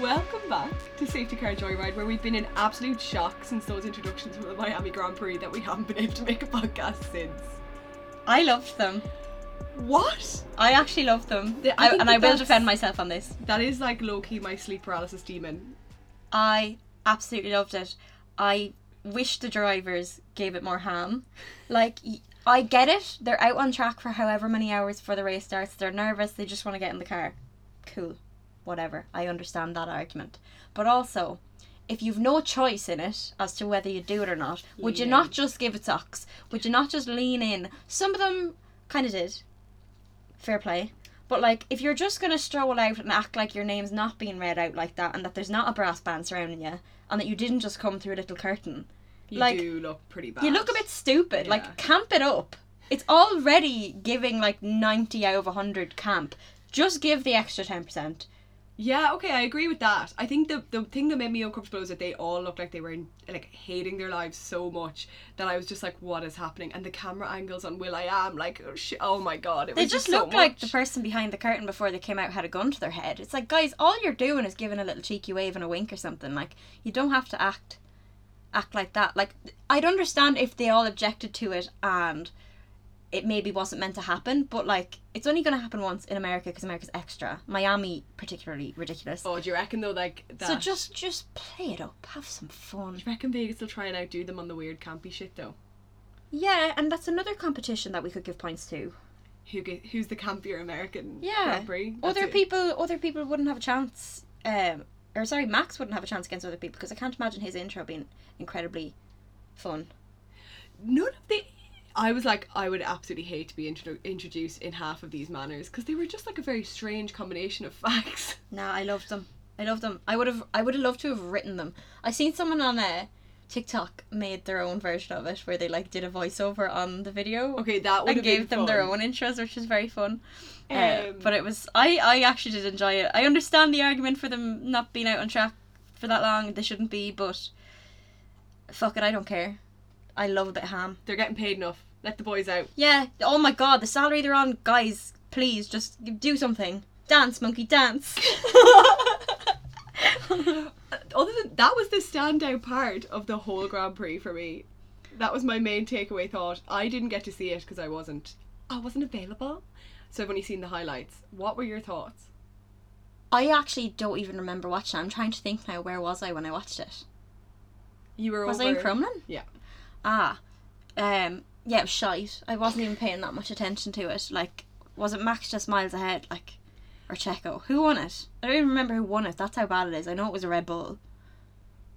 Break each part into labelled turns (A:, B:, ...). A: Welcome back to Safety Car Joyride, where we've been in absolute shock since those introductions from the Miami Grand Prix that we haven't been able to make a podcast since.
B: I loved them.
A: What?
B: I actually loved them.
A: The- I
B: I
A: think
B: and
A: that
B: I will
A: that's-
B: defend myself on this.
A: That is like low key my sleep paralysis demon.
B: I absolutely loved it. I wish the drivers gave it more ham. Like, y- I get it. They're out on track for however many hours before the race starts. They're nervous. They just want to get in the car. Cool. Whatever. I understand that argument. But also, if you've no choice in it as to whether you do it or not, would you
A: Lean
B: not just give it socks? Would you not just lean in? Some of them kind of did. Fair play. But like, if you're just gonna stroll out and act like your name's not being read out like that, and that there's not a brass band surrounding you, and that you didn't just come through a little curtain,
A: You
B: Like,
A: do look pretty bad.
B: you look a bit stupid.
A: Yeah.
B: Like, camp it up. It's already giving like ninety out of hundred camp. Just give the extra ten percent.
A: Yeah, okay, I agree with that. I think the the thing that made me uncomfortable was that they all looked like they were in, like hating their lives so much that I was just like, what is happening? And the camera angles on Will I Am, like, oh, sh- oh my god, it
B: They
A: was
B: just
A: so
B: look like the
A: much.
B: person behind the curtain before they came out had a gun to their head. It's like, guys, all you're doing is giving a little cheeky wave and a wink or something. Like, you don't have to act act like that. Like, I'd understand if they all objected to it and it maybe wasn't meant to happen, but like, it's only going to happen once in America because America's extra. Miami, particularly ridiculous.
A: Oh, do you reckon though, like that?
B: so just just play it up, have some fun.
A: Do you reckon Vegas will try and outdo them on the weird campy shit though?
B: Yeah, and that's another competition that we could give points to.
A: Who get, who's the campier American?
B: Yeah.
A: Grand Prix? That's
B: other
A: it.
B: people other people wouldn't have a chance um or sorry max wouldn't have a chance against other people because i can't imagine his intro being incredibly fun
A: None of the. I was like, I would absolutely hate to be introdu- introduced in half of these manners because they were just like a very strange combination of facts.
B: nah i loved them i loved them i would have i would have loved to have written them i seen someone on uh, tiktok made their own version of it where they like did a voiceover on the video
A: Okay, that would
B: and
A: have
B: gave
A: been
B: them their
A: fun.
B: own intros which was very fun uh,
A: Um,
B: but it was I, I actually did enjoy it i understand the argument for them not being out on track for that long they shouldn't be but fuck it i don't care i love a bit of ham
A: They're getting paid enough. Let the boys out.
B: yeah oh my god the salary they're on guys please just do something dance monkey dance
A: Other than that, was the standout part of the whole Grand Prix for me. That was my main takeaway thought. I didn't get to see it because I wasn't. I wasn't available, so I've only seen the highlights. What were your thoughts?
B: i actually don't even remember watching it. i'm trying to think now where was i when i watched it
A: You were
B: Was
A: over.
B: I in Crumlin?
A: Yeah.
B: Ah. Um yeah, it was shite. I wasn't even paying that much attention to it. Like was it Max just miles ahead, like or Checo? Who won it? I don't even remember who won it. That's how bad it is. I know it was a Red Bull.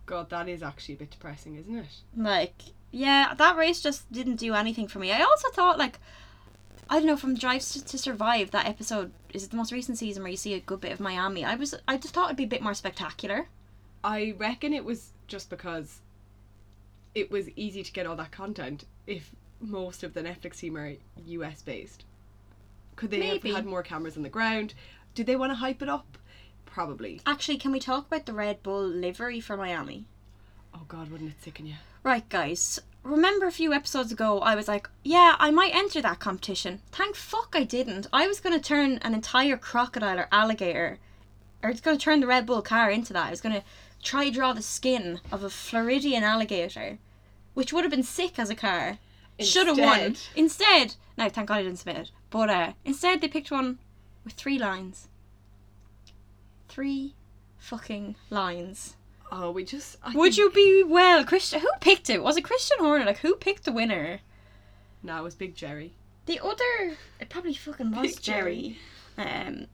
A: God, that is actually a bit depressing, isn't it?
B: Like, yeah, that race just didn't do anything for me. I also thought like I don't know, from Drive to, to Survive, that episode is it the most recent season where you see a good bit of Miami. I was I just thought it'd be a bit more spectacular.
A: I reckon it was just because it was easy to get all that content if most of the Netflix team are US based. Could they
B: Maybe.
A: have had more cameras on the ground? Did they want to hype it up? Probably.
B: Actually, can we talk about the Red Bull livery for Miami?
A: Oh God, wouldn't it sicken you?
B: Right, guys. Remember a few episodes ago, I was like, yeah, I might enter that competition. Thank fuck I didn't. I was going to turn an entire crocodile or alligator, or it's going to turn the Red Bull car into that. I was going to try draw the skin of a Floridian alligator, which would have been sick as a car. Should have won.
A: Instead-
B: Instead, no, thank God I didn't submit it. But uh, instead, they picked one with three lines. Three fucking lines.
A: Oh, we just. I
B: Would
A: think-
B: you be well, Christian? Who picked it? Was it Christian Horner? Like, who picked the winner?
A: No, it was Big Jerry.
B: The other, it probably fucking was
A: Big
B: Jerry. Um,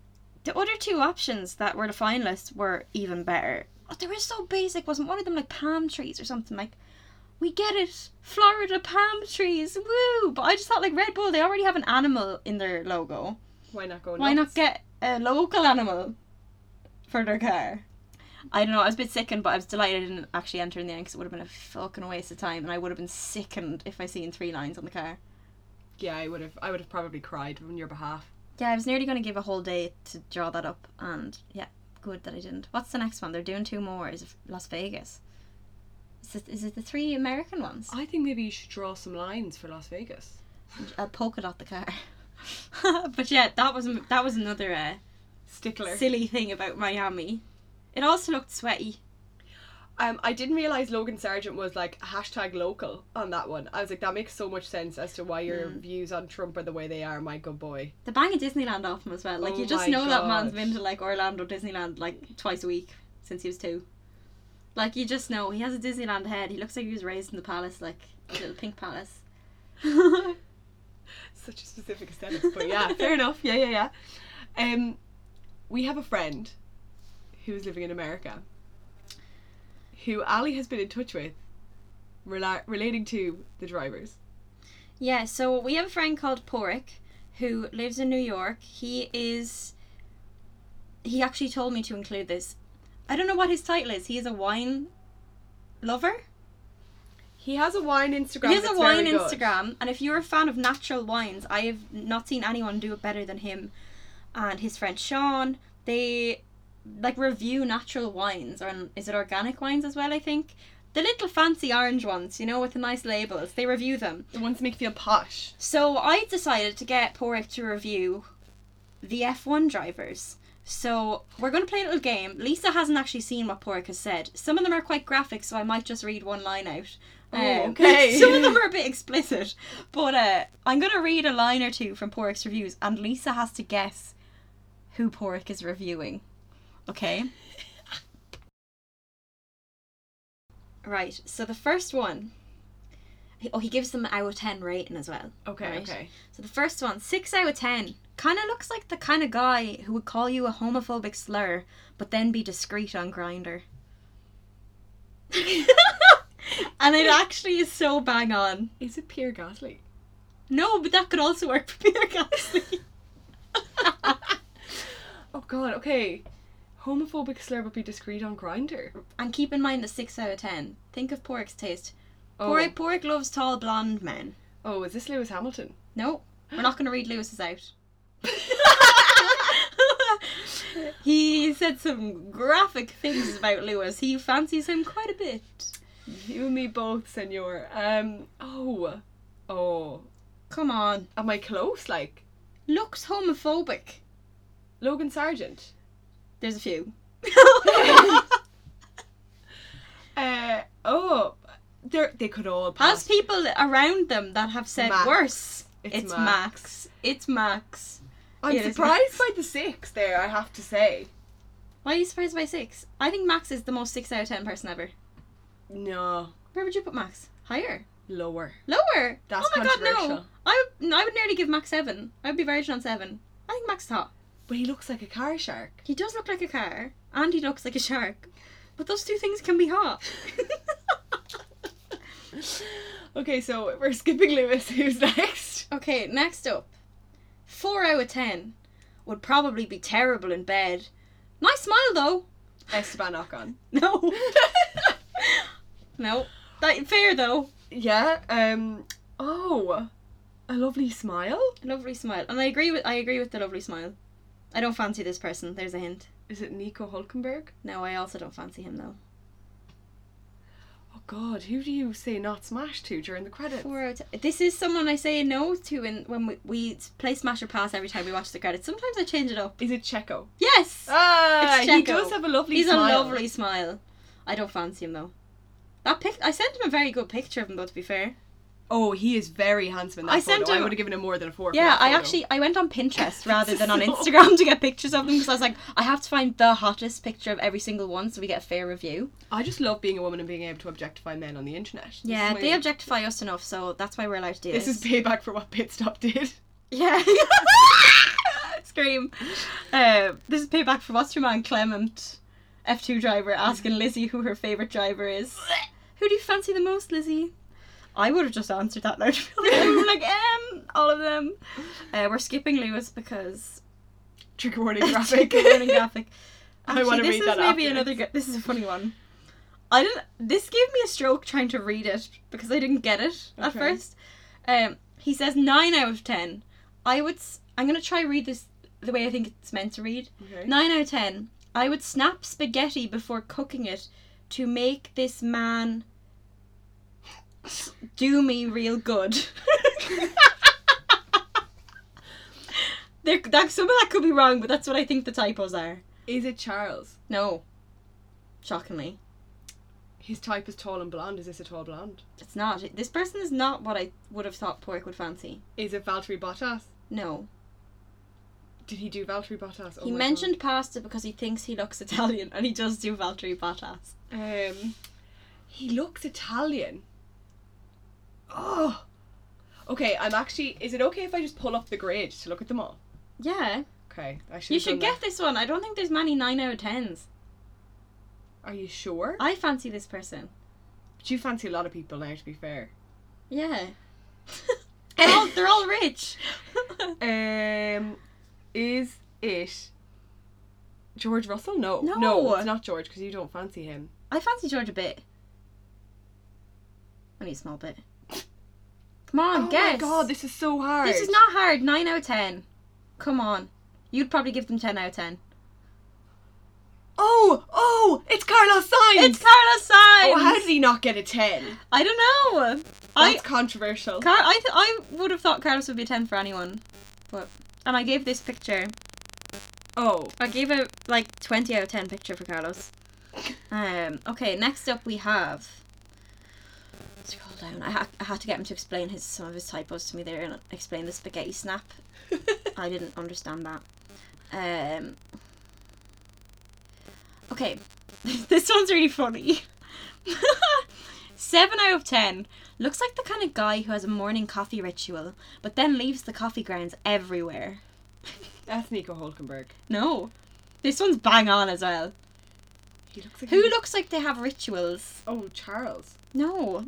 B: the other two options that were the finalists were even better. Oh, they were so basic, wasn't one of them like palm trees or something? Like, we get it, Florida palm trees, woo! But I just thought like Red Bull, they already have an animal in their logo.
A: Why not go?
B: Why
A: nuts?
B: not get a local animal for their car? I don't know. I was a bit sickened, but I was delighted I didn't actually enter in the end because it would have been a fucking waste of time, and I would have been sickened if I seen three lines on the car.
A: Yeah, I would have. I would have probably cried on your behalf.
B: Yeah, I was nearly going to give a whole day to draw that up, and yeah, good that I didn't. What's the next one? They're doing two more. Is it Las Vegas? Is it, is it the three American ones?
A: I think maybe you should draw some lines for Las Vegas.
B: A polka dot the car. but yeah, that was that was another uh,
A: Stickler.
B: silly thing about Miami. It also looked sweaty.
A: Um, I didn't realize Logan Sargent was like hashtag local on that one. I was like, that makes so much sense as to why your
B: Mm.
A: views on Trump are the way they are, my good boy.
B: The bang of Disneyland off him as well. Like
A: Oh
B: you just
A: my
B: know that man's
A: God.
B: been to like Orlando Disneyland like twice a week since he was two. Like you just know he has a Disneyland head. He looks like he was raised in the palace, like a little pink palace.
A: Such a specific aesthetic, but yeah, fair enough. Yeah, yeah, yeah. Um, we have a friend who's living in America who Ali has been in touch with rela- relating to the drivers.
B: Yeah, so we have a friend called Porik who lives in New York. He is. He actually told me to include this. I don't know what his title is. He is a wine lover.
A: He has a wine Instagram.
B: He has a
A: that's
B: wine
A: very good.
B: Instagram, and if you're a fan of natural wines, I have not seen anyone do it better than him and his friend Sean. They like review natural wines, or is it organic wines as well? I think the little fancy orange ones, you know, with the nice labels. They review them.
A: The ones that make you feel posh.
B: So I decided to get Porik to review the F1 drivers. So we're going to play a little game. Lisa hasn't actually seen what Porik has said. Some of them are quite graphic, so I might just read one line out. Um,
A: Oh, okay.
B: Some of them are a bit explicit, but uh, I'm going to read a line or two from Porik's reviews, and Lisa has to guess who Porik is reviewing. Okay? right, so the first one. Oh, he gives them an out of 10 rating as well.
A: Okay,
B: Right.
A: okay.
B: So the first one, six out of ten. Kind of looks like the kind of guy who would call you a homophobic slur, but then be discreet on Grinder. and it actually is so bang on.
A: Is it Pierre Gasly?
B: No, but that could also work for Peter Gasly.
A: Oh god, okay. Homophobic slur but be discreet on grinder.
B: and keep in mind the six out of ten. Think of Pork's taste.
A: Oh.
B: Pork Pork loves tall blonde men.
A: Oh, is this Lewis Hamilton?
B: No, we're not going to read Lewis's out. he said some graphic things about Lewis. He fancies him quite a bit.
A: You and me both, senor. Um oh. Oh.
B: Come on.
A: Am I close? Like
B: Looks homophobic.
A: Logan Sargent.
B: There's a few.
A: Uh oh they they could all
B: As
A: pass.
B: people around them that have said
A: Max.
B: worse, it's, Max. It's Max.
A: I'm
B: It is
A: surprised by the six there, I have to say.
B: Why are you surprised by six? I think Max is the most six out of ten person ever.
A: No.
B: Where would you put Max? Higher.
A: Lower.
B: Lower.
A: That's
B: oh my god, no.
A: controversial.
B: I would, no, I would nearly give Max seven. I would be virgin on seven. I think Max is hot.
A: But he looks like a car shark.
B: He does look like a car, and he looks like a shark. But those two things can be hot.
A: Okay, so we're skipping Lewis. Who's next?
B: okay, next up. Four out of ten. Would probably be terrible in bed. Nice smile though.
A: Esteban Ocon.
B: No. no. That, fair though.
A: Yeah. Um. Oh, a lovely smile.
B: A lovely smile. And I agree with I agree with the lovely smile. I don't fancy this person, there's a hint.
A: Is it Nico Hulkenberg?
B: No, I also don't fancy him though.
A: Oh God, who do you say not smash to during the credits?
B: Four out of- This is someone I say no to in, when we, we play Smash or Pass every time we watch the credits. Sometimes I change it up.
A: Is it Checo?
B: Yes!
A: Ah,
B: It's
A: he
B: Checo.
A: does have a lovely
B: He's
A: smile.
B: a lovely smile. I don't fancy him though. That pic- I sent him a very good picture of him though. To be fair,
A: Oh, he is very handsome in that
B: I
A: photo.
B: sent
A: I
B: him-
A: would have given him more than a four. for
B: yeah.
A: that
B: I
A: photo.
B: actually I went on Pinterest rather than on
A: So-
B: Instagram to get pictures of them because I was like, I have to find the hottest picture of every single one so we get a fair review.
A: I just love being a woman and being able to objectify men on the internet. This
B: Yeah,
A: is my-
B: they objectify us enough, so that's why we're allowed to do this.
A: This is payback for what pit stop did.
B: yeah. Scream. Uh, this is payback for what's your man Clement, F two driver, asking Lizzie who her favorite driver is. Who do you fancy the most, Lizzie? I would have just answered that loud. I'm like, um, all of them. Uh, we're skipping Lewis because
A: Trigger warning graphic.
B: Trigger warning graphic.
A: I wanna
B: Actually,
A: read
B: this
A: that
B: is maybe
A: afterwards.
B: another. Good, this is a funny one. I didn't. This gave me a stroke trying to read it because I didn't get it at
A: Okay.
B: first. Um, he says nine out of ten. I would. s- I'm gonna try read this the way I think it's meant to read.
A: Okay.
B: Nine out of ten. I would snap spaghetti before cooking it to make this man do me real good. there, that, some of that could be wrong, but that's what I think the typos are.
A: Is it Charles?
B: No. shockingly.
A: His type is tall and blonde. Is this a tall blonde?
B: It's not. This person is not what I would have thought Pork would fancy.
A: Is it Valtteri Bottas?
B: No.
A: Did he do Valtteri Bottas? Oh
B: he
A: my
B: mentioned pasta because he thinks he looks Italian and he does do Valtteri Bottas.
A: God. Um, he looks Italian. Oh. Okay, I'm actually. Is it okay if I just pull up the grade to look at them all?
B: Yeah.
A: Okay, I should.
B: You should get this one. I don't think there's many 9 out of 10s.
A: Are you sure?
B: I fancy this person.
A: But you fancy a lot of people now, to be fair.
B: Yeah. they're, all, they're all rich.
A: Um, is it George Russell? No,
B: No.
A: it's not George because you don't fancy him.
B: I fancy George a bit. Only a small bit. Come on,
A: oh
B: guess.
A: my god, this is so hard.
B: This is not hard. 9 out of 10. Come on. You'd probably give them 10 out of 10.
A: Oh, oh, it's Carlos Sainz.
B: It's Carlos Sainz!
A: Oh, how did he not get a ten?
B: I don't know. I
A: That's controversial.
B: Car- I, th- I would have thought Carlos would be a 10 for anyone. But and I gave this picture.
A: oh,
B: I gave a like 20 out of 10 picture for Carlos. Um okay, next up we have Scroll down. I, ha- I had to get him to explain his some of his typos to me there and explain the spaghetti snap. I didn't understand that. Um Okay. this one's really funny. 7 out of 10. Looks like the kind of guy who has a morning coffee ritual, but then leaves the coffee grounds everywhere.
A: that's Nico Hulkenberg.
B: No. This one's bang on as well.
A: He looks like
B: Who
A: he-
B: looks like they have rituals?
A: Oh, Charles.
B: No.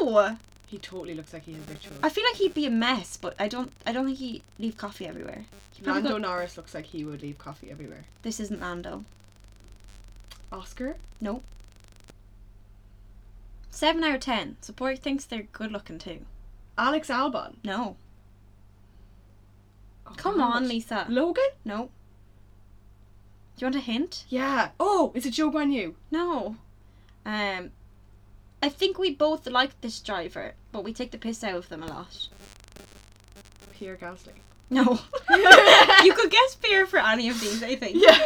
B: No.
A: He totally looks like he has rituals.
B: I feel like he'd be a mess, but I don't I don't think he'd leave coffee everywhere. He probably
A: Lando
B: go-
A: Norris looks like he would leave coffee everywhere.
B: this isn't Lando.
A: Oscar.
B: Nope. Seven out of ten. So boy thinks they're good looking too.
A: Alex Albon.
B: No.
A: Oh,
B: Come
A: God.
B: on, Lisa.
A: Logan?
B: No. Do you want a hint?
A: Yeah. Oh, is it Joe Guan Yu?
B: No. Um I think we both like this driver, but we take the piss out of them a lot.
A: Pierre Gasly.
B: No. you could guess beer for any of these, I think.
A: Yeah.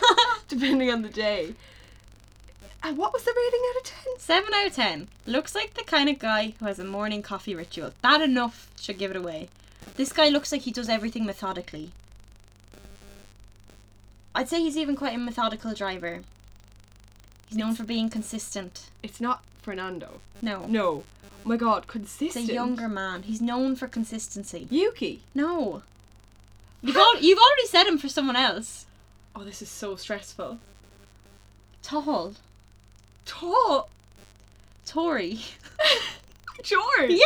A: Depending on the day. And what was the rating out of 10?
B: Seven out of ten. Looks like the kind of guy who has a morning coffee ritual. That enough should give it away. This guy looks like he does everything methodically. I'd say he's even quite a methodical driver. He's known for being consistent.
A: It's not Fernando.
B: No.
A: No. Oh my god,
B: He's a
A: consistent.
B: younger man. He's known for consistency.
A: Yuki.
B: No. You've, al- you've already said him for someone else.
A: Oh, this is so stressful.
B: Tall.
A: Tall.
B: Tory.
A: George.
B: yeah!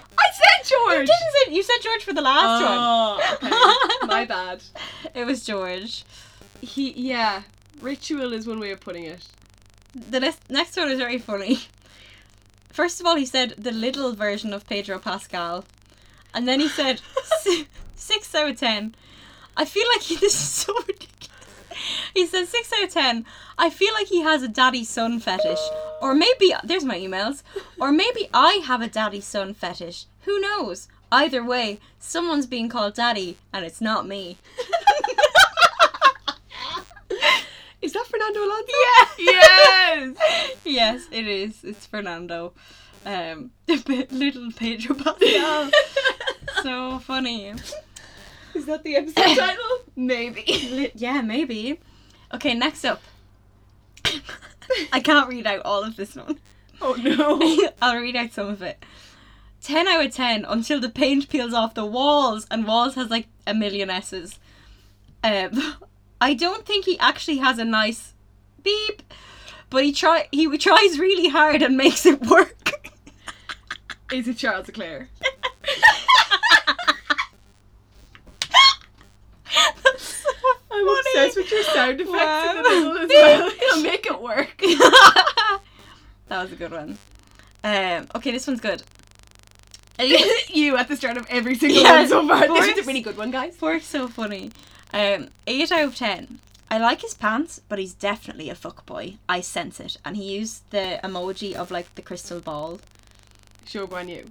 A: I said
B: You
A: George.
B: didn't say- you said George for the last one.
A: Oh, okay. my bad.
B: It was George.
A: He, yeah. Ritual is one way of putting it.
B: The next next one is very funny. First of all, he said the little version of Pedro Pascal, and then he said si- six out of ten. I feel like he, this is so ridiculous. He said six out of ten. I feel like he has a daddy son fetish, or maybe there's my emails, or maybe I have a daddy son fetish. Who knows? Either way, someone's being called daddy, and it's not me.
A: Is that Fernando Alonso?
B: Yeah.
A: Yes.
B: yes, it is. It's Fernando. Um, the bit- little Pedro Pascal. so funny.
A: Is that the episode title? Maybe.
B: Li- yeah, maybe. Okay, next up. I can't read out all of this one.
A: Oh no.
B: I'll read out some of it. 10 out of 10 until the paint peels off the walls, and walls has like a million S's. Um, I don't think he actually has a nice beep, but he try he tries really hard and makes it work.
A: Is it Charles Leclerc?
B: That's so
A: I'm
B: funny.
A: obsessed with your sound effects in the
B: Wow.
A: middle as well. He'll make it work.
B: that was a good one. Um, okay, this one's good. Elise-
A: you at the start of every single
B: Yeah,
A: one so far. This
B: Boris.
A: is a really good one, guys.
B: Fork's so funny. Um, 8 out of 10. I like his pants, but he's definitely a fuckboy. I sense it. And he used the emoji of like the crystal ball.
A: Show Guan Yu.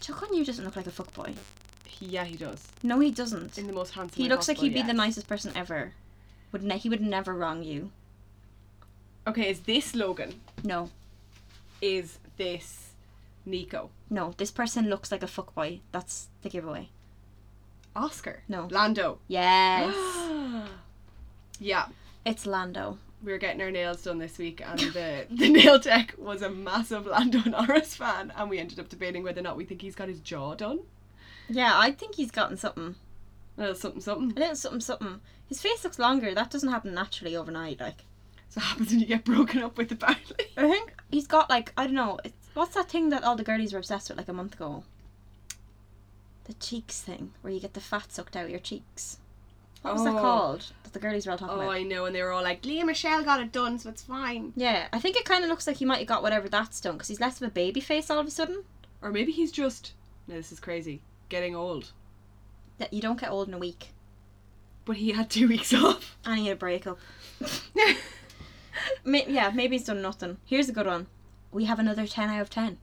B: Chokon Yu doesn't look like a fuckboy.
A: He- Yeah, he does.
B: No, he doesn't.
A: In the most handsome
B: He
A: way
B: looks like
A: possible,
B: he'd be
A: yeah.
B: the nicest person ever. Would ne- he would never wrong you.
A: Okay, is this Logan?
B: No,
A: Is this Nico?
B: no, this person looks like a fuckboy. That's the giveaway.
A: Oscar?
B: No.
A: Lando.
B: Yes.
A: yeah,
B: it's Lando.
A: we were getting our nails done this week, and the, the nail tech was a massive Lando Norris fan, and we ended up debating whether or not we think he's got his jaw done.
B: Yeah, I think he's gotten something.
A: A little something, something.
B: A little something, something. His face looks longer. That doesn't happen naturally overnight. Like,
A: So happens when you get broken up with, apparently.
B: I think he's got like I don't know. It's, what's that thing that all the girlies were obsessed with like a month ago? The cheeks thing, where you get the fat sucked out of your cheeks. What was that
A: Oh.
B: called? That the girlies were all talking
A: Oh,
B: about.
A: I know, and they were all like, Leah Michelle got it done, so it's fine.
B: Yeah, I think it kind of looks like he might have got whatever that's done because he's less of a baby face all of a sudden.
A: Or maybe he's just, no, this is crazy, getting old.
B: That you don't get old in a week,
A: But he had two weeks off.
B: and you need a breakup. May- yeah, maybe he's done nothing. Here's a good one. We have another 10 out of 10.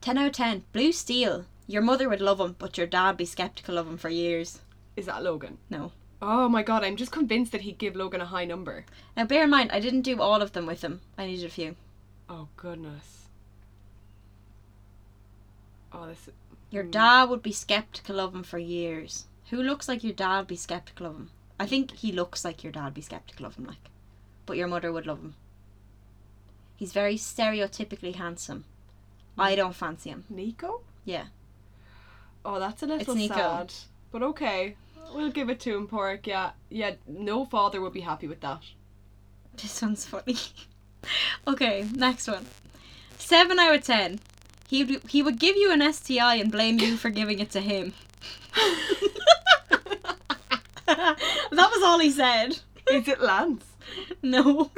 B: 10 out of 10. Blue Steel. Your mother would love him, but your dad'd be skeptical of him for years.
A: is that Logan?
B: No.
A: Oh my god, I'm just convinced that he'd give Logan a high number.
B: Now, bear in mind, I didn't do all of them with him. I needed a few.
A: Oh goodness. Oh, this.
B: Your
A: Hmm.
B: dad would be skeptical of him for years. Who looks like your dad'd be skeptical of him? I think he looks like your dad'd be skeptical of him, like. But your mother would love him. He's very stereotypically handsome. I don't fancy him.
A: Nico?
B: Yeah.
A: Oh, that's a little
B: It's Nico.
A: sad. But okay, we'll give it to him, Pork. Yeah, yeah. No father would be happy with that.
B: This one's funny. okay, next one. Seven out of ten. He would, he would give you an STI and blame you for giving it to him. that was all he said.
A: Is it Lance?
B: No.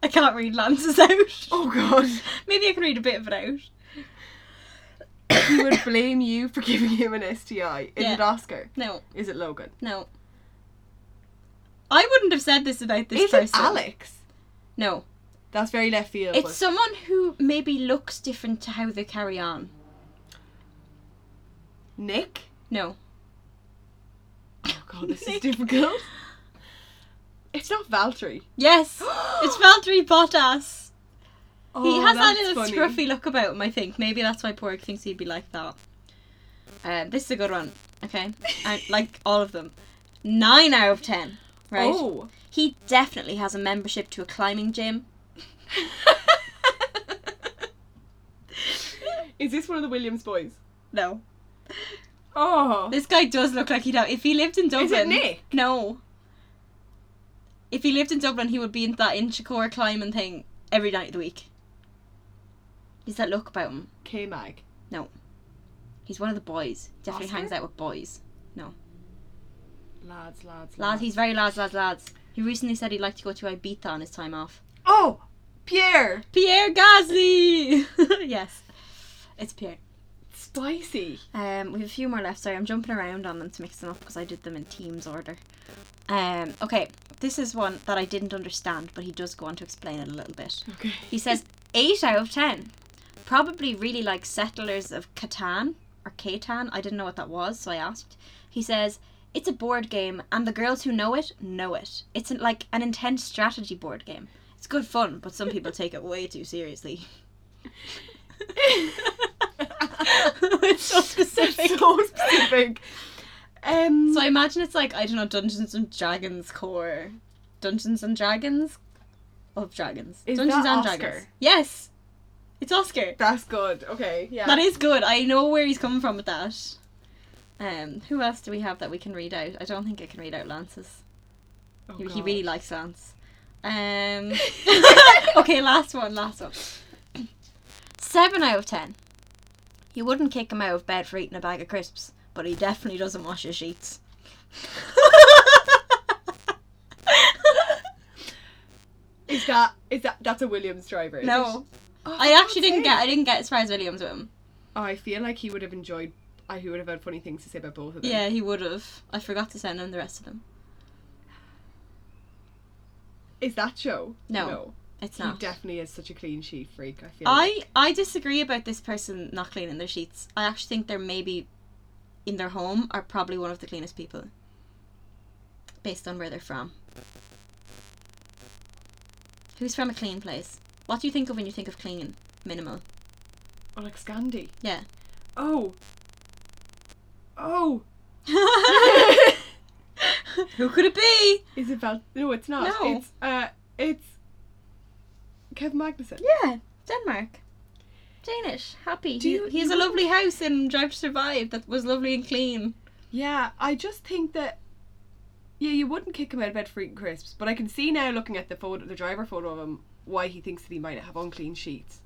B: I can't read Lance's out.
A: Oh god.
B: Maybe I can read a bit of it out.
A: He would blame you for giving him an STI. Is
B: Yeah.
A: it Oscar?
B: No,
A: Is it Logan?
B: no. I wouldn't have said this about this
A: Is
B: person.
A: it Alex?
B: No.
A: That's very left field.
B: It's someone who maybe looks different to how they carry on.
A: but- Nick.
B: No.
A: Oh god, this is difficult. It's not Valtteri.
B: Yes! it's Valtteri Bottas. he
A: Oh,
B: has that
A: that's
B: little
A: funny.
B: scruffy look about him, I think. Maybe that's why Pork thinks he'd be like that. Uh, this is a good one, okay? I like all of them. Nine out of ten, right?
A: Oh.
B: He definitely has a membership to a climbing gym.
A: Is this one of the Williams boys?
B: No.
A: Oh.
B: This guy does look like he'd have. If he lived in Dublin.
A: Is it Nick?
B: No. If he lived in Dublin, he would be in that Inchicore climbing thing every night of the week. He's that look about him.
A: K Mag.
B: He's one of the boys. Definitely
A: Oscar?
B: hangs out with boys.
A: Lads, lads,
B: Lads, he's very lads, lads, lads. He recently said he'd like to go to Ibiza on his time off.
A: Oh! Pierre!
B: Pierre Gasly! yes, it's Pierre.
A: Spicy.
B: Um, we have a few more left. Sorry, I'm jumping around on them to mix them up because I did them in teams order. Um, okay, this is one that I didn't understand, but he does go on to explain it a little bit.
A: Okay.
B: He says eight out of ten. Probably really like settlers of Catan or Catan. I didn't know what that was, so I asked. He says it's a board game, and the girls who know it know it. It's an, like an intense strategy board game. It's good fun, but some people take it way too seriously. it's so specific.
A: so specific. Um,
B: So I imagine it's like I don't know Dungeons and Dragons core, Dungeons and Dragons, of dragons.
A: Is
B: Dungeons
A: that
B: and Dragons.
A: Oscar?
B: Yes, it's Oscar.
A: that's good. Okay, yeah.
B: That is good. I know where he's coming from with that. Um, who else do we have that we can read out? I don't think I can read out Lance's.
A: Oh,
B: he, he
A: God.
B: really likes Lance. Um, okay, last one, last one. Seven out of ten. You wouldn't kick him out of bed for eating a bag of crisps, but he definitely doesn't wash his sheets.
A: Is that is that that's a Williams driver? is
B: no,
A: it? Oh,
B: I
A: for
B: actually
A: God's
B: didn't
A: sake.
B: get. I didn't get as far as Williams with him.
A: Oh, I feel like he would have enjoyed. I he would have had funny things to say about both of them.
B: Yeah, he would have. I forgot to send him the rest of them.
A: Is that Joe?
B: No,
A: No.
B: It's
A: He
B: not.
A: definitely is such a clean sheet freak. I feel. like.
B: I I disagree about this person not cleaning their sheets. I actually think they're maybe in their home are probably one of the cleanest people. Based on where they're from. Who's from a clean place? What do you think of when you think of clean? Minimal.
A: Oh, like Scandi.
B: Yeah.
A: Oh. Oh.
B: Who could it be?
A: Is it Val? No, it's not.
B: No.
A: It's uh, it's Kevin Magnuson.
B: Yeah, Denmark. Danish, happy.
A: Do
B: he,
A: you-
B: he has
A: you
B: a
A: wouldn't-
B: lovely house in Drive to Survive that was lovely and clean.
A: Yeah, I just think that. Yeah, you wouldn't kick him out of bed for eating crisps, but I can see now, looking at the photo, the driver photo of him, why he thinks that he might have unclean sheets.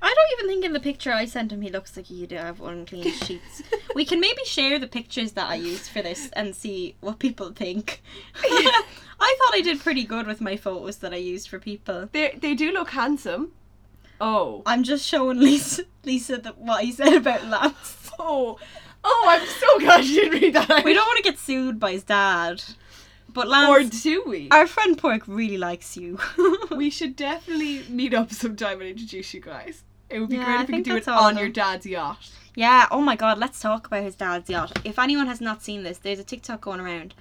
B: I don't even think in the picture I sent him he looks like you do have unclean sheets. we can maybe share the pictures that I used for this and see what people think. I thought I did pretty good with my photos that I used for people.
A: They they do look handsome. Oh.
B: I'm just showing Lisa Lisa the, what he said about Lance.
A: Oh. Oh, I'm so glad you didn't read that. Out.
B: We don't want to get sued by his dad, but Lance,
A: Or do we?
B: our friend Pork really likes you.
A: We should definitely meet up sometime and introduce you guys. It would be
B: Yeah,
A: great
B: I
A: if we could
B: think
A: do it
B: that's all
A: on
B: of
A: your
B: them.
A: dad's yacht.
B: Yeah, oh my god, let's talk about his dad's yacht. If anyone has not seen this, there's a TikTok going around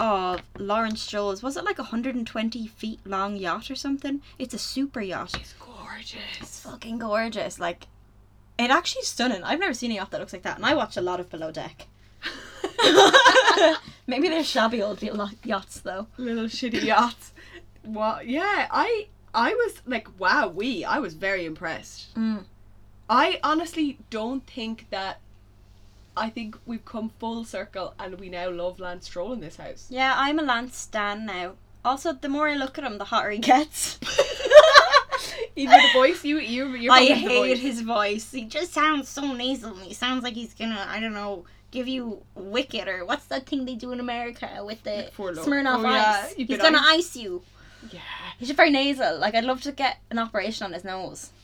B: of Lawrence Stroll's, was it like a 120 feet long yacht or something? It's a super yacht.
A: It's gorgeous.
B: It's fucking gorgeous. Like, it actually is stunning. I've never seen a yacht that looks like that, and I watch a lot of Below Deck. Maybe they're shabby old y- yachts, though.
A: Little shitty yachts. Well, yeah, I I was like, wow, we. I was very impressed.
B: Mm.
A: I honestly don't think that. I think we've come full circle, and we now love Lance Stroll in this house.
B: Yeah, I'm a Lance Stan now. Also, the more I look at him, the hotter he gets.
A: Even the voice, you you you're
B: I
A: probably the
B: hate
A: voice.
B: his voice. He just sounds so nasal. He sounds like he's gonna, I don't know, give you wicked or what's that thing they do in America with the
A: For lo-
B: Smirnoff
A: oh, yeah,
B: ice?
A: you
B: He's
A: get
B: gonna
A: ice.
B: ice you.
A: Yeah.
B: He's very nasal. Like I'd love to get an operation on his nose.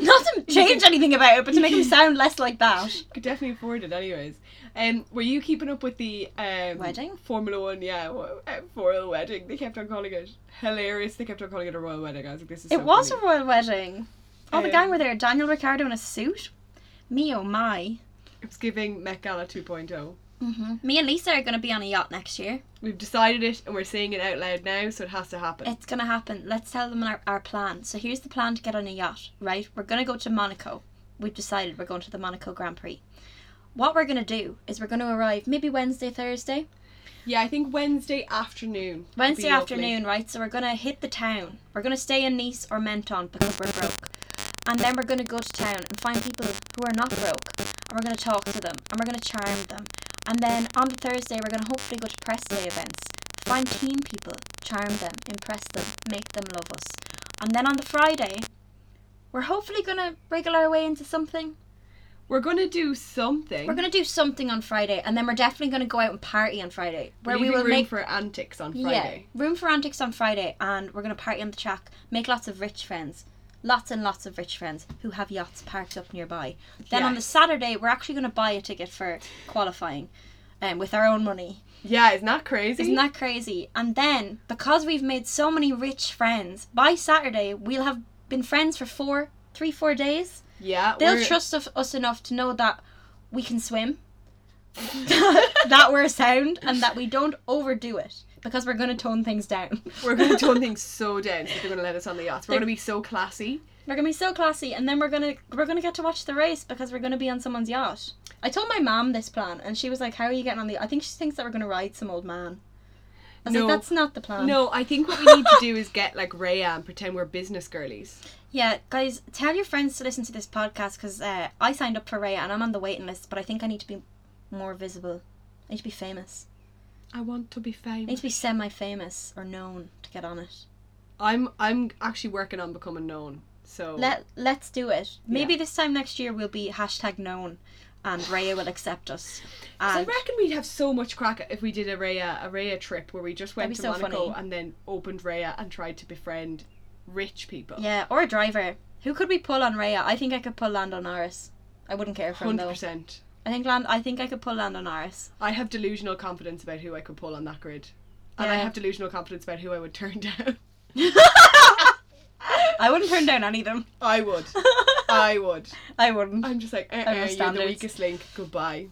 B: Not to change anything about it, but to make him sound less like that.
A: Could definitely afford it, anyways. Um, were you keeping up with the um,
B: Wedding?
A: Formula One, yeah, w- uh, royal wedding. They kept on calling it hilarious. They kept on calling it a royal wedding. I was like, this is. so
B: It was
A: funny.
B: a royal wedding. All the
A: Um,
B: gang were there. Daniel Ricciardo in a suit. Me oh my.
A: It was giving Met Gala oh. 2.0. Mm-hmm.
B: hmm Me and Lisa are gonna be on a yacht next year.
A: We've decided it, and we're saying it out loud now, so it has to happen.
B: It's gonna happen. Let's tell them our, our plan. So here's the plan to get on a yacht, right? We're gonna go to Monaco. We've decided we're going to the Monaco Grand Prix. What we're gonna do is we're gonna arrive maybe Wednesday, Thursday.
A: yeah, I think Wednesday afternoon. would be
B: Wednesday
A: lovely.
B: afternoon, right? So we're gonna hit the town. We're gonna stay in Nice or Menton because we're broke. And then we're gonna go to town and find people who are not broke. And we're gonna talk to them and we're gonna charm them. And then on the Thursday we're gonna hopefully go to press day events. Find keen people, charm them, impress them, make them love us. And then on the Friday, we're hopefully gonna wriggle our way into something.
A: We're gonna do something.
B: We're gonna do something on Friday, and then we're definitely gonna go out and party on Friday. Where
A: Leaving
B: we will
A: room
B: make
A: for antics on Friday.
B: yeah, room for antics on Friday, and we're gonna party on the track, make lots of rich friends, lots and lots of rich friends who have yachts parked up nearby. Then on the
A: Yes.
B: Saturday, we're actually gonna buy a ticket for qualifying, um, with our own money.
A: Yeah, isn't that crazy?
B: Isn't that crazy? And then because we've made so many rich friends, by Saturday we'll have been friends for four, three, four days.
A: Yeah,
B: They'll
A: we're-
B: trust of- us enough to know that we can swim, that we're sound, and that we don't overdo it because we're going to tone things down.
A: We're gonna tone things so down that they're gonna let us on the yachts. We're gonna be so classy.
B: We're gonna be so classy, and then we're gonna we're gonna get to watch the race because we're gonna be on someone's yacht. I told my mom this plan, and she was like, "How are you getting on the?" I think she thinks that we're gonna ride some old man. I was
A: No.
B: like, "That's not the plan."
A: No, I think what we need to do is get like Raya and pretend we're business girlies.
B: Yeah, guys, tell your friends to listen to this podcast because uh, I signed up for Raya and I'm on the waiting list, but I think I need to be more visible. I need to be famous.
A: I want to be
B: I need
A: famous.
B: to be semi-famous or known to get on it.
A: I'm I'm actually working on becoming known. So
B: Let Let's do it. Maybe this time next year we'll be hashtag known, and Raya will accept us.
A: 'Cause I
B: And
A: reckon we'd have so much crack if we did a Raya a Raya trip where we just went
B: That'd
A: to
B: be so
A: Monaco
B: funny.
A: and then opened Raya and tried to befriend rich people.
B: yeah, or a driver. Who could we pull on Raya? I think I could pull Lando Norris. I wouldn't care for him
A: Hundred
B: though.
A: percent.
B: I think Land. I think I could pull Lando Norris.
A: I have delusional confidence about who I could pull on that grid. And I
B: Yeah.
A: have delusional confidence about who I would turn down.
B: I wouldn't turn down any of them.
A: I would. I would.
B: I wouldn't.
A: I'm just like, uh,
B: have
A: uh, you're the
B: standards.
A: weakest link. Goodbye.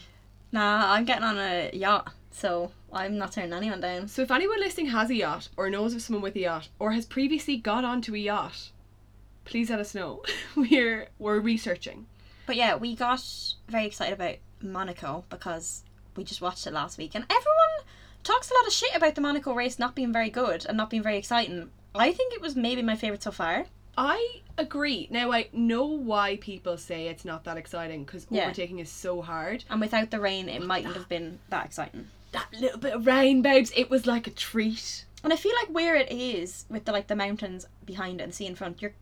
B: Nah, I'm getting on a yacht, so I'm not turning anyone down.
A: So if anyone listening has a yacht or knows of someone with a yacht or has previously got onto a yacht, please let us know. we're we're researching.
B: But yeah, we got very excited about Monaco because we just watched it last week and everyone talks a lot of shit about the Monaco race not being very good and not being very exciting. I think it was maybe my favourite so far.
A: I agree. Now I know why people say it's not that exciting because
B: Yeah.
A: overtaking is so hard.
B: And without the rain, it mightn't have been that exciting.
A: That little bit of rain, babes, it was like a treat.
B: And I feel like where it is, with the like the mountains behind it and sea in front, you're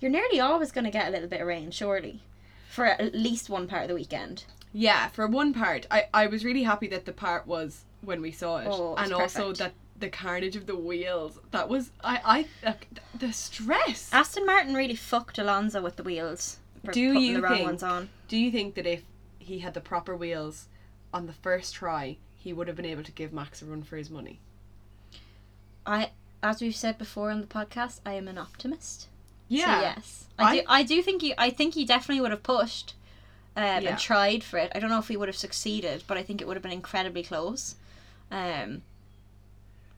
B: you're nearly always going to get a little bit of rain, surely, for at least one part of the weekend.
A: Yeah, for one part, I, I was really happy that the part was when we saw it,
B: Oh, it was
A: and also
B: perfect.
A: that the carnage of the wheels. That was I I like, th- the stress.
B: Aston Martin really fucked Alonso with the wheels. For
A: Do
B: putting
A: you
B: the wrong
A: think-
B: ones on?
A: Do you think that if he had the proper wheels on the first try, he would have been able to give Max a run for his money?
B: I, as we've said before on the podcast, I am an optimist. So yes, I,
A: I-
B: do. I do think he. I think he definitely would have pushed, um,
A: Yeah.
B: and tried for it. I don't know if he would have succeeded, but I think it would have been incredibly close. Um,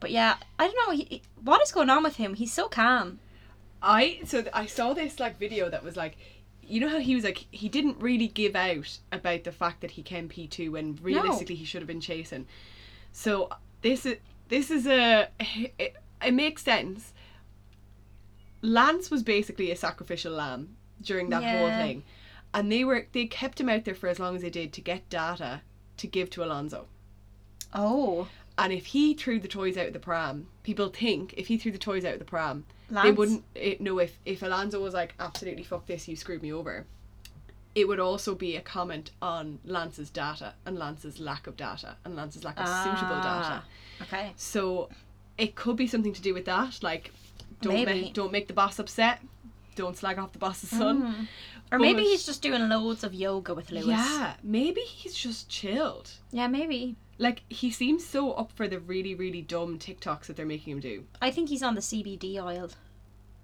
B: but yeah, I don't know. He, he- what is going on with him? He's so calm.
A: I so th- I saw this like video that was like, you know how he was like he didn't really give out about the fact that he came P two when realistically he should have been chasing. So this is this is a it, it makes sense. Lance was basically a sacrificial lamb during that whole
B: Yeah.
A: thing, and they were they kept him out there for as long as they did to get data to give to Alonso.
B: Oh,
A: And if he threw the toys out of the pram, people think if he threw the toys out of the pram,
B: Lance.
A: they wouldn't it, know if if Alonso was like absolutely fuck this, you screwed me over. It would also be a comment on Lance's data and Lance's lack of data and Lance's lack of suitable data.
B: Ah, Okay.
A: So it could be something to do with that. Like, don't
B: Maybe.
A: ma- don't make the boss upset. Don't slag off the boss's son.
B: Mm. Or maybe
A: But-
B: he's just doing loads of yoga with Lewis.
A: Yeah, maybe he's just chilled.
B: Yeah, maybe.
A: Like he seems so up for the really really dumb TikToks that they're making him do.
B: I think he's on the CBD oil.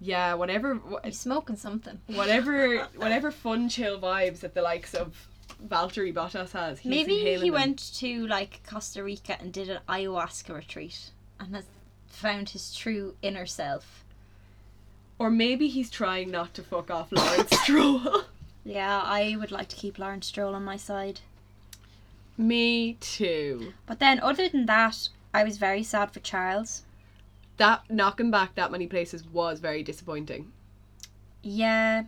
A: Yeah, whatever, wh-
B: He's smoking something.
A: whatever, whatever fun chill vibes that the likes of Valtteri Bottas has. He's
B: Maybe he
A: inhaling them.
B: went to like Costa Rica and did an ayahuasca retreat and has found his true inner self.
A: or maybe he's trying not to fuck off Lawrence Stroll.
B: Yeah, I would like to keep Lawrence Stroll on my side.
A: Me too.
B: But then, other than that, I was very sad for Charles.
A: That knocking back that many places was very disappointing.
B: Yeah.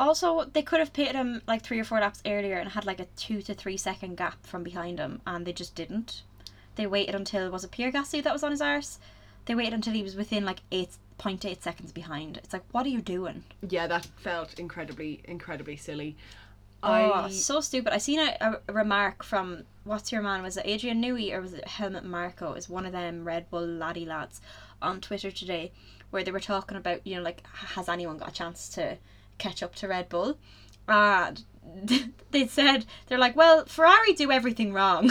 B: Also, they could have pitted him like three or four laps earlier and had like a two to three second gap from behind him, and they just didn't. They waited until was it Pierre Gasly that was on his arse? They waited until he was within like eight point eight seconds behind. It's like, what are you doing?
A: Yeah, that felt incredibly, incredibly silly.
B: Oh,
A: I
B: so stupid. I seen a, a- a remark from what's your man? Was it Adrian Newey or was it Helmut Marco? Is one of them Red Bull laddie lads on Twitter today where they were talking about, you know, like h- has anyone got a chance to catch up to Red Bull? And they said they're like, Well, Ferrari do everything wrong.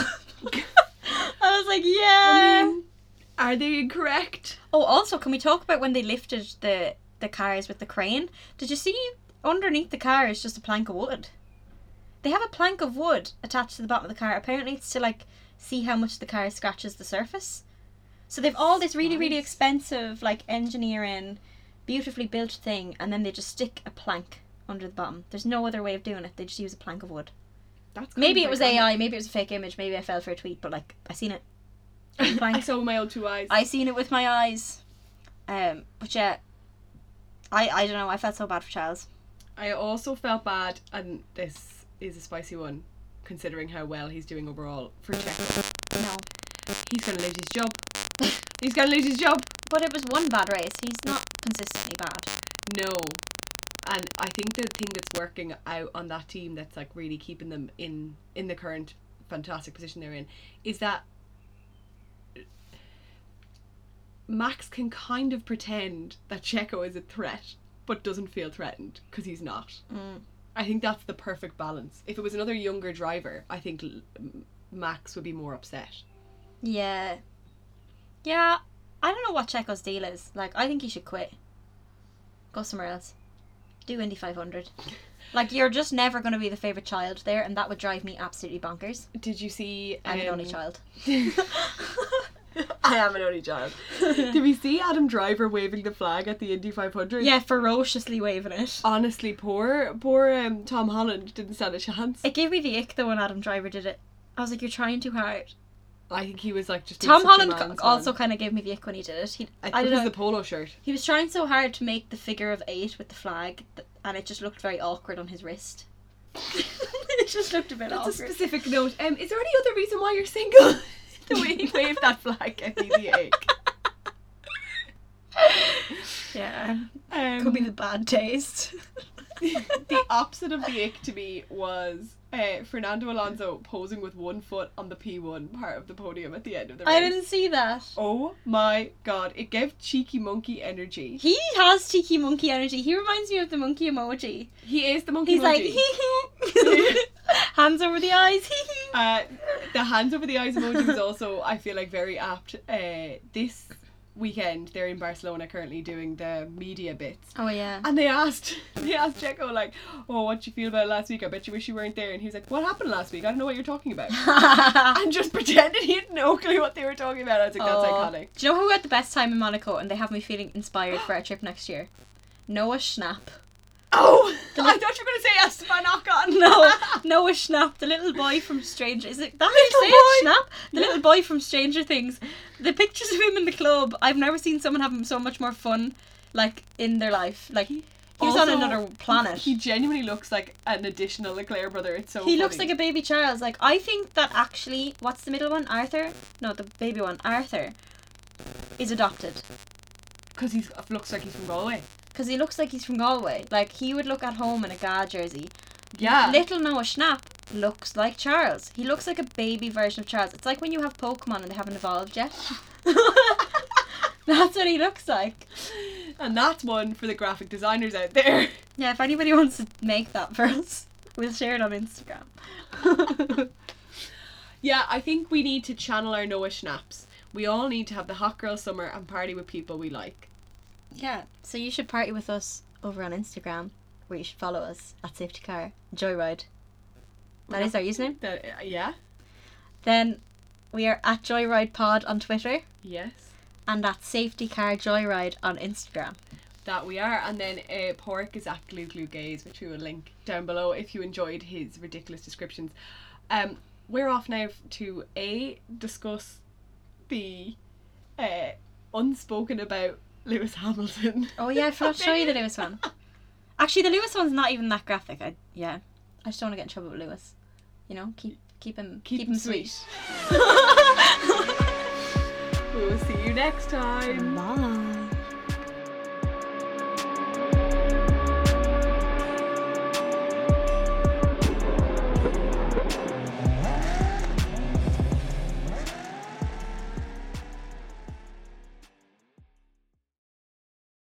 B: I was like, Yeah.
A: I mean, are they incorrect?
B: Oh, also, can we talk about when they lifted the the cars with the crane? Did you see underneath the car is just a plank of wood? They have a plank of wood attached to the bottom of the car. Apparently, it's to like see how much the car scratches the surface. So they've all this really, really
A: Nice.
B: expensive like engineering, beautifully built thing, and then they just stick a plank under the bottom. There's no other way of doing it. They just use a plank of wood.
A: That's kind
B: Maybe
A: of
B: it was
A: iconic.
B: AI. Maybe it was a fake image. Maybe I fell for a tweet, but like I seen it. Plank.
A: I saw with my own two eyes.
B: I seen it with my eyes. Um, but yeah, I I don't know. I felt so bad for Charles.
A: I also felt bad, and this is a spicy one, considering how well he's doing overall for Checo.
B: No,
A: He's gonna lose his job. He's gonna lose his job.
B: but it was one bad race. He's not consistently bad.
A: No. And I think the thing that's working out on that team that's like really keeping them in in the current fantastic position they're in is that Max can kind of pretend that Checo is a threat, but doesn't feel threatened because he's not.
B: Mm.
A: I think that's the perfect balance. If it was another younger driver, I think L- M- Max would be more upset.
B: Yeah, yeah. I don't know what Checo's deal is. Like, I think he should quit. Go somewhere else. Do Indy 500. Like, you're just never going to be the favorite child there, and that would drive me absolutely bonkers.
A: Did you see?
B: I'm an
A: um,
B: only child.
A: I am an only child. Did we see Adam Driver waving the flag at the Indy 500?
B: yeah, ferociously waving it.
A: Honestly, poor poor um, Tom Holland didn't stand a chance.
B: It gave me the ick though when Adam Driver did it. I was like, you're trying too hard.
A: I think he was like just being
B: Tom
A: such a
B: Holland
A: man's
B: c- also
A: man.
B: kind of gave me the ick when he did it. He,
A: I
B: I,
A: think it
B: don't
A: was
B: know.
A: the polo shirt.
B: He was trying so hard to make the figure of eight with the flag, th- and it just looked very awkward on his wrist. it just looked a bit
A: That's a
B: awkward.
A: specific note. Um, is there any other reason why you're single? the way he waved that flag gave me the ache.
B: yeah,
A: Um,
B: could be the bad taste.
A: the opposite of the ick to me was uh, Fernando Alonso posing with one foot on the P1 part of the podium at the end of the race.
B: I didn't see that.
A: Oh my god, it gave cheeky monkey energy.
B: He has cheeky monkey energy. He reminds me of the monkey emoji.
A: He is the monkey
B: He's like
A: emoji.
B: hee hee, hands over the eyes. Hee hee.
A: uh, the hands over the eyes emoji was also, I feel like, very apt. Uh, this weekend, they're in Barcelona currently doing the media bits.
B: oh yeah.
A: And they asked, they asked Checo like, "Oh, what you feel about last week? I bet you wish you weren't there." And he was like, "What happened last week? I don't know what you're talking about." and just pretended he had no clue what they were talking about. I was like, that's
B: Oh.
A: iconic.
B: Do you know who had the best time in Monaco and they have me feeling inspired for our trip next year? Noah Schnapp.
A: Oh, I thought you were going to say Esteban Ocon.
B: No, Noah Schnapp, the little boy from Stranger. Is it that
A: Little
B: little say it?
A: boy.
B: Schnapp? The little boy from Stranger Things. The pictures of him in the club. I've never seen someone have so much more fun, like in their life. Like he was
A: Also,
B: on another planet.
A: He
B: He,
A: genuinely looks like an additional Leclerc brother. It's so.
B: looks like a baby Charles. Like I think that actually, what's the middle one? Arthur? No, the baby one, Arthur, is adopted
A: because he looks like he's from Galway.
B: because he looks like he's from Galway. Like he would look at home in a Ga jersey.
A: Yeah.
B: Little Noah Schnapp looks like Charles. He looks like a baby version of Charles. It's like when you have Pokemon and they haven't evolved yet. That's what he looks like.
A: and that's one for the graphic designers out there.
B: Yeah, if anybody wants to make that for us, we'll share it on Instagram.
A: yeah, I think we need to channel our Noah Schnaps. We all need to have the hot girl summer and party with people we like.
B: Yeah. So you should party with us over on Instagram, where you should follow us at Safety Car Joyride. That is our username.
A: That, uh, yeah.
B: Then we are at Joyride Pod on Twitter
A: Yes.
B: and at Safety Car Joyride on Instagram.
A: That we are, and then uh, Pork is at Glue Glue Gaze, which we will link down below if you enjoyed his ridiculous descriptions. Um, we're off now f- to a discuss the uh, unspoken about Lewis Hamilton.
B: Oh yeah, I forgot to show you the Lewis one. Actually, the Lewis one's not even that graphic. I yeah, I just don't want to get in trouble with Lewis. You know, keep keep him keep, him sweet.
A: we will see you next time.
B: Bye.